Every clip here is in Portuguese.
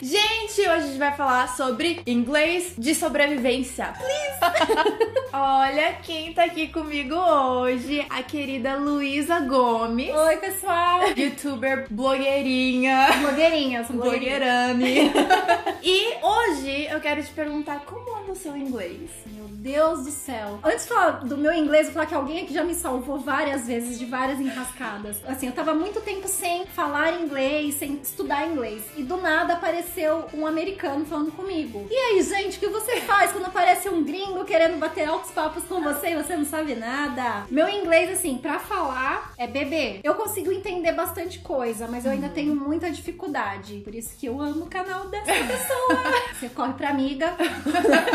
Gente, hoje a gente vai falar sobre inglês de sobrevivência. Please! Olha quem tá aqui comigo hoje, a querida Luísa Gomes, Oi, pessoal! youtuber blogueirinha. Blogueirinha, eu sou blogueirinha. Blogueirame. e hoje eu quero te perguntar como anda o seu inglês? Meu Deus do céu. Antes de falar do meu inglês, vou falar que alguém aqui já me salvou várias vezes de várias enrascadas. Assim, eu tava muito tempo sem falar inglês, sem estudar inglês. E do nada apareceu um americano falando comigo. E aí, gente, o que você faz quando aparece um gringo querendo bater altos papos com você e você não sabe nada? Meu inglês, assim, pra falar é bebê. Eu consigo entender bastante coisa, mas eu ainda tenho muita dificuldade. Por isso que eu amo o canal dessa pessoa. você corre pra amiga,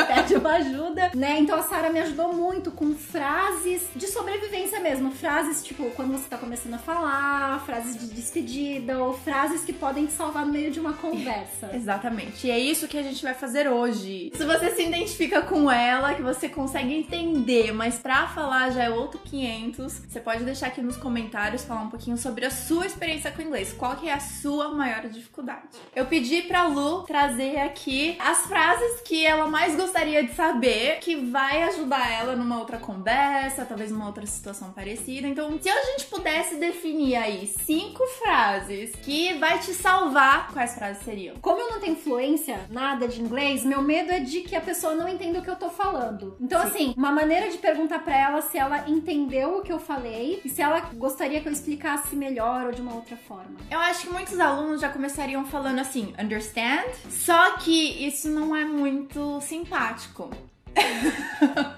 pede uma ajuda, né? Então a Sara me ajudou muito com frases de sobrevivência mesmo. Frases tipo, quando você tá começando a falar, frases de despedida, ou frases que podem te salvar no meio de uma conversa. Exatamente. E é isso que a gente vai fazer hoje. Se você se identifica com ela, que você consegue entender, mas pra falar já é outro 500, você pode deixar aqui nos comentários falar um pouquinho sobre a sua experiência com o inglês. Qual que é a sua maior dificuldade? Eu pedi pra Lu trazer aqui as frases que ela mais gostaria de saber, que vai ajudar ela numa outra conversa, talvez numa outra situação parecida. Então, se a gente pudesse definir aí cinco frases que vai te salvar, quais frases seriam? Como eu não tenho fluência, nada de inglês, meu medo é de que a pessoa não entenda o que eu tô falando. Então, Sim. assim, uma maneira de perguntar pra ela se ela entendeu o que eu falei e se ela gostaria que eu explicasse melhor ou de uma outra forma. Eu acho que muitos alunos já começariam falando assim, understand? Só que isso não é muito simpático.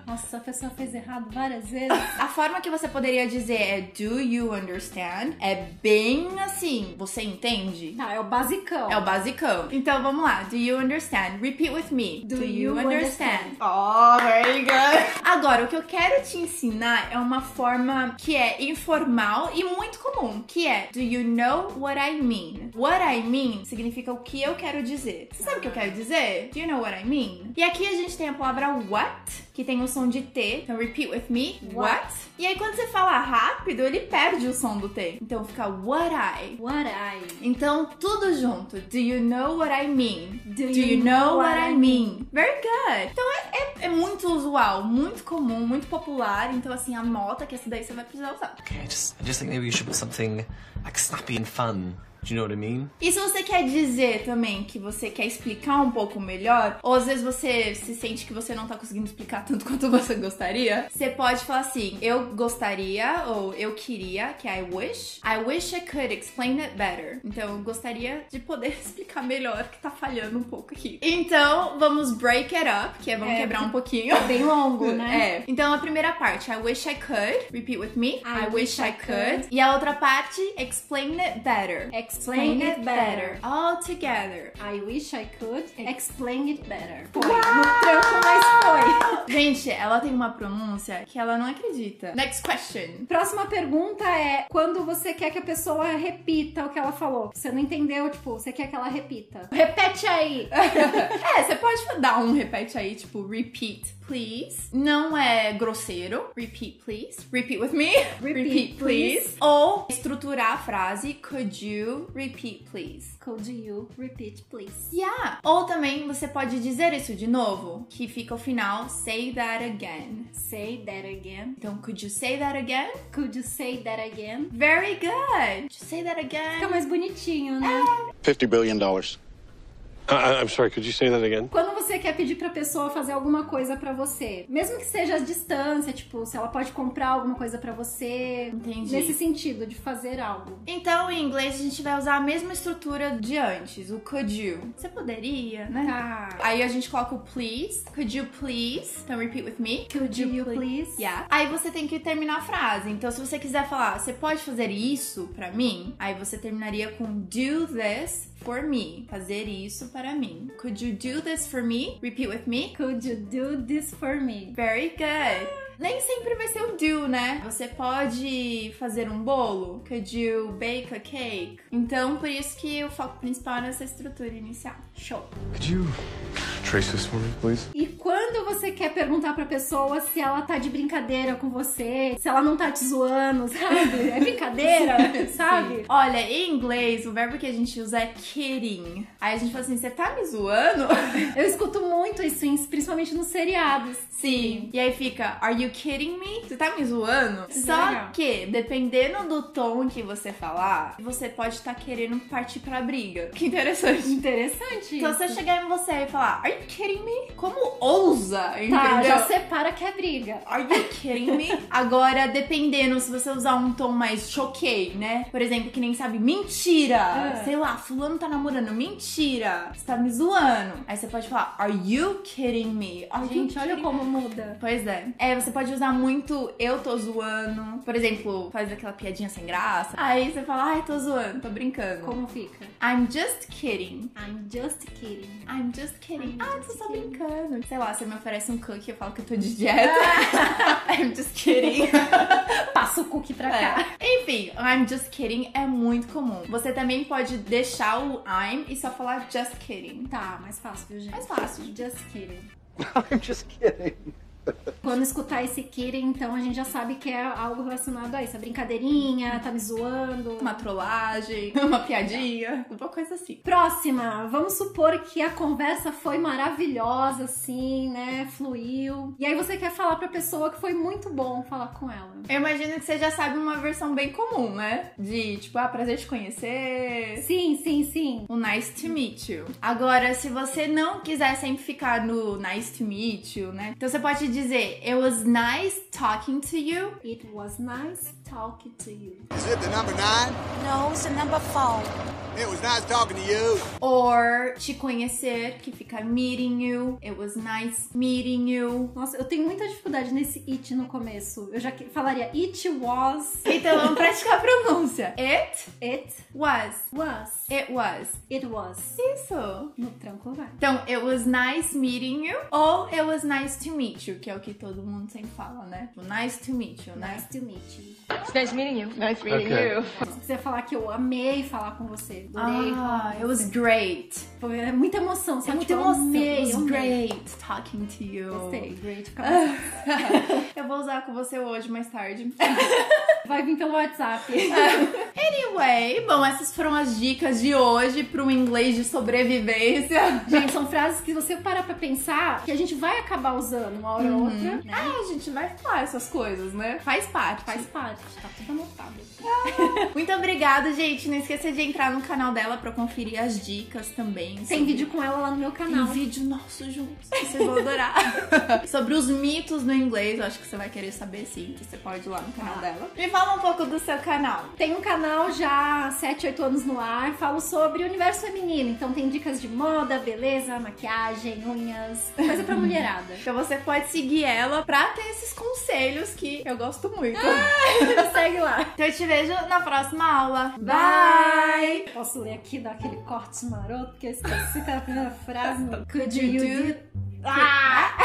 Nossa, a pessoa fez errado várias vezes. A forma que você poderia dizer é do you understand? É bem assim, você entende? Tá, é o basicão. É o basicão. Então vamos lá. Do you understand? Repeat with me. Do you understand? Oh, very good. Agora, o que eu quero te ensinar é uma forma que é informal e muito comum, que é Do you know what I mean? What I mean significa o que eu quero dizer. Você sabe o que eu quero dizer? Do you know what I mean? E aqui a gente tem a palavra what, que tem o som de T. Então repeat with me. What? What? E aí quando você fala rápido, ele perde o som do T. Então fica what I. What I. Então, tudo junto. Do you know what I mean? Do Do you know what I mean? Very good. Então, é, é- é muito usual, muito comum, muito popular. Então, assim, anota que essa daí você vai precisar usar. Okay, I just, I just think maybe you should put something like snappy and fun. Do you know what I mean? E se você quer dizer também que você quer explicar um pouco melhor, ou às vezes você se sente que você não tá conseguindo explicar tanto quanto você gostaria, você pode falar assim: eu gostaria ou eu queria, que é I wish. I wish I could explain it better. Então, eu gostaria de poder explicar melhor que tá falhando um pouco aqui. Então, vamos break it up, que é vamos É. quebrar um pouquinho. Bem longo, né? É. Então a primeira parte, I wish I could. Repeat with me. I wish I could. É E a outra parte, explain it better. Explain it better. All together. I wish I could explain it better. Foi. No tranco, mas foi. Gente, ela tem uma pronúncia que ela não acredita. Next question. Próxima pergunta é quando você quer que a pessoa repita o que ela falou. Você não entendeu, tipo, você quer que ela repita. Repete aí. é, você pode dar um repete aí, tipo, repeat, please. Não é grosseiro. Repeat, please. Repeat with me. Repeat, please. Ou estruturar a frase, could you repeat, please? Could you repeat, please? Yeah. Ou também você pode dizer isso de novo, que fica o final say that again. Say that again. Então, could you say that again? Could you say that again? Very good. Could you say that again. Fica mais bonitinho, né? É, $50 billion. I, I'm sorry, could you say that again? Quando você quer pedir pra pessoa fazer alguma coisa pra você, mesmo que seja à distância, tipo, se ela pode comprar alguma coisa pra você, Entendi. nesse sentido de fazer algo. Então, em inglês a gente vai usar a mesma estrutura de antes, o could you. Você poderia, né? Tá. Aí a gente coloca o please. Could you please? Então, repeat with me. Could you please? Yeah. Aí você tem que terminar a frase. Então, se você quiser falar, você pode fazer isso pra mim? Aí você terminaria com do this for me. Fazer isso para mim. Could you do this for me? Repeat with me. Could you do this for me? Very good. Nem sempre vai ser o do, né? Você pode fazer um bolo. Could you bake a cake? Então, por isso que o foco principal é nessa estrutura inicial. Show. Could you trace this for me, please? E quando quando você quer perguntar pra pessoa se ela tá de brincadeira com você, se ela não tá te zoando, sabe? É brincadeira, sabe? Olha, em inglês, o verbo que a gente usa é kidding. Aí a gente fala assim, você tá me zoando? Eu escuto muito isso, em- principalmente nos seriados. Sim. E aí fica, are you kidding me? Você tá me zoando? Só legal. que, dependendo do tom que você falar, você pode estar querendo partir pra briga. Que interessante. Interessante Então, isso. se eu chegar em você e falar, are you kidding me? Como ousa, entendeu? Tá, já separa que é briga. Are you kidding me? Agora, dependendo, se você usar um tom mais choquei, né? Por exemplo, que nem sabe, mentira! Ah. Sei lá, fulano tá namorando, mentira! Você tá me zoando. Aí você pode falar, are you kidding me? Are you Gente, olha kidding como muda. Pois é. É, você pode usar muito eu tô zoando. Por exemplo, faz aquela piadinha sem graça. Aí você fala, ai, tô zoando, tô brincando. Como fica? I'm just kidding. I'm just kidding. I'm just kidding. I'm ah, just tô só kidding. brincando. Sei lá, você me oferece um cookie, eu falo que eu tô de dieta. I'm just kidding. Passa o cookie pra cá. É. Enfim, I'm just kidding é muito comum. Você também pode deixar o I'm e só falar just kidding. Tá, mais fácil, viu, gente? Mais fácil. Just kidding. I'm just kidding. Quando escutar esse kidding, então a gente já sabe que é algo relacionado a isso. A brincadeirinha, tá me zoando. Uma trollagem, uma piadinha, alguma coisa assim. Próxima, vamos supor que a conversa foi maravilhosa, assim, né? Fluiu. E aí você quer falar pra pessoa que foi muito bom falar com ela. Eu imagino que você já sabe uma versão bem comum, né? De tipo, ah, prazer te conhecer. Sim, sim, sim. O nice to meet you. Agora, se você não quiser sempre ficar no nice to meet you, né? Então você pode dizer, it was nice talking to you. It was nice talking to you. Is it the number nine? No, it's the number four. It was nice talking to you. Or te conhecer, que fica meeting you. It was nice meeting you. Nossa, eu tenho muita dificuldade nesse it no começo. Eu já que- falaria it was, Então vamos praticar a pronúncia. It it was. was, It was. it was. Isso. No tranco vai. Então, it was nice meeting you. Ou it was nice to meet you, que é o que todo mundo sempre fala, né? Tipo, Nice to meet you, né? Nice to meet you. It's nice meeting you. Nice meeting you. Se quiser falar que eu amei falar com você, adorei. Ah, it was great. Foi- É muita emoção, sabe? É muito Tipo, eu emoção. amei, It was amei. great talking to you. Gostei, great. Fica mais Eu vou usar com você hoje, mais tarde. Vai vir pelo WhatsApp. Anyway, bom, essas foram as dicas de hoje para um inglês de sobrevivência. gente, são frases que você parar pra pensar que a gente vai acabar usando uma hora ou outra. Né? Ah, a gente vai falar essas coisas, né? Faz parte. Faz parte, tá tudo anotado. Muito obrigada, gente. Não esqueça de entrar no canal dela pra conferir as dicas também. Tem vídeo com ela lá no meu Tem canal. vídeo nosso juntos, vocês vão adorar. Sobre os mitos no inglês, eu acho que você vai querer saber sim, que você pode ir lá no canal Tá. dela. Me fala um pouco do seu canal. Tem um canal já há 7, 8 anos no ar, falo sobre o universo feminino. Então tem dicas de moda, beleza, maquiagem, unhas, coisa pra mulherada. Então você pode seguir ela pra ter esses conselhos que eu gosto muito. Segue lá. Então eu te vejo na próxima aula. Bye. Posso ler aqui, dar aquele corte maroto que eu esqueci da primeira frase. Could you, you Ah! do... Ah!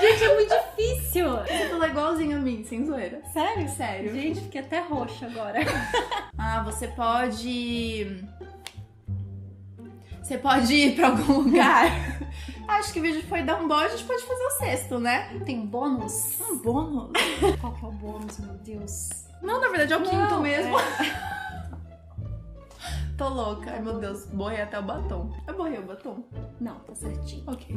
Gente, é muito difícil. Você falou igualzinho a mim, sem zoeira. Sério? Sério. Gente, fiquei até roxa agora. Ah, você pode. Você pode ir pra algum lugar. Acho que o vídeo foi dar um bode, a gente pode fazer o sexto, né? Tem bônus? Um bônus? Qual que é o bônus, meu Deus? Não, na verdade é o quinto Não, mesmo. Tô louca. Ai, meu Deus, borrei até o batom. Eu borrei o batom? Não, tá certinho. Ok.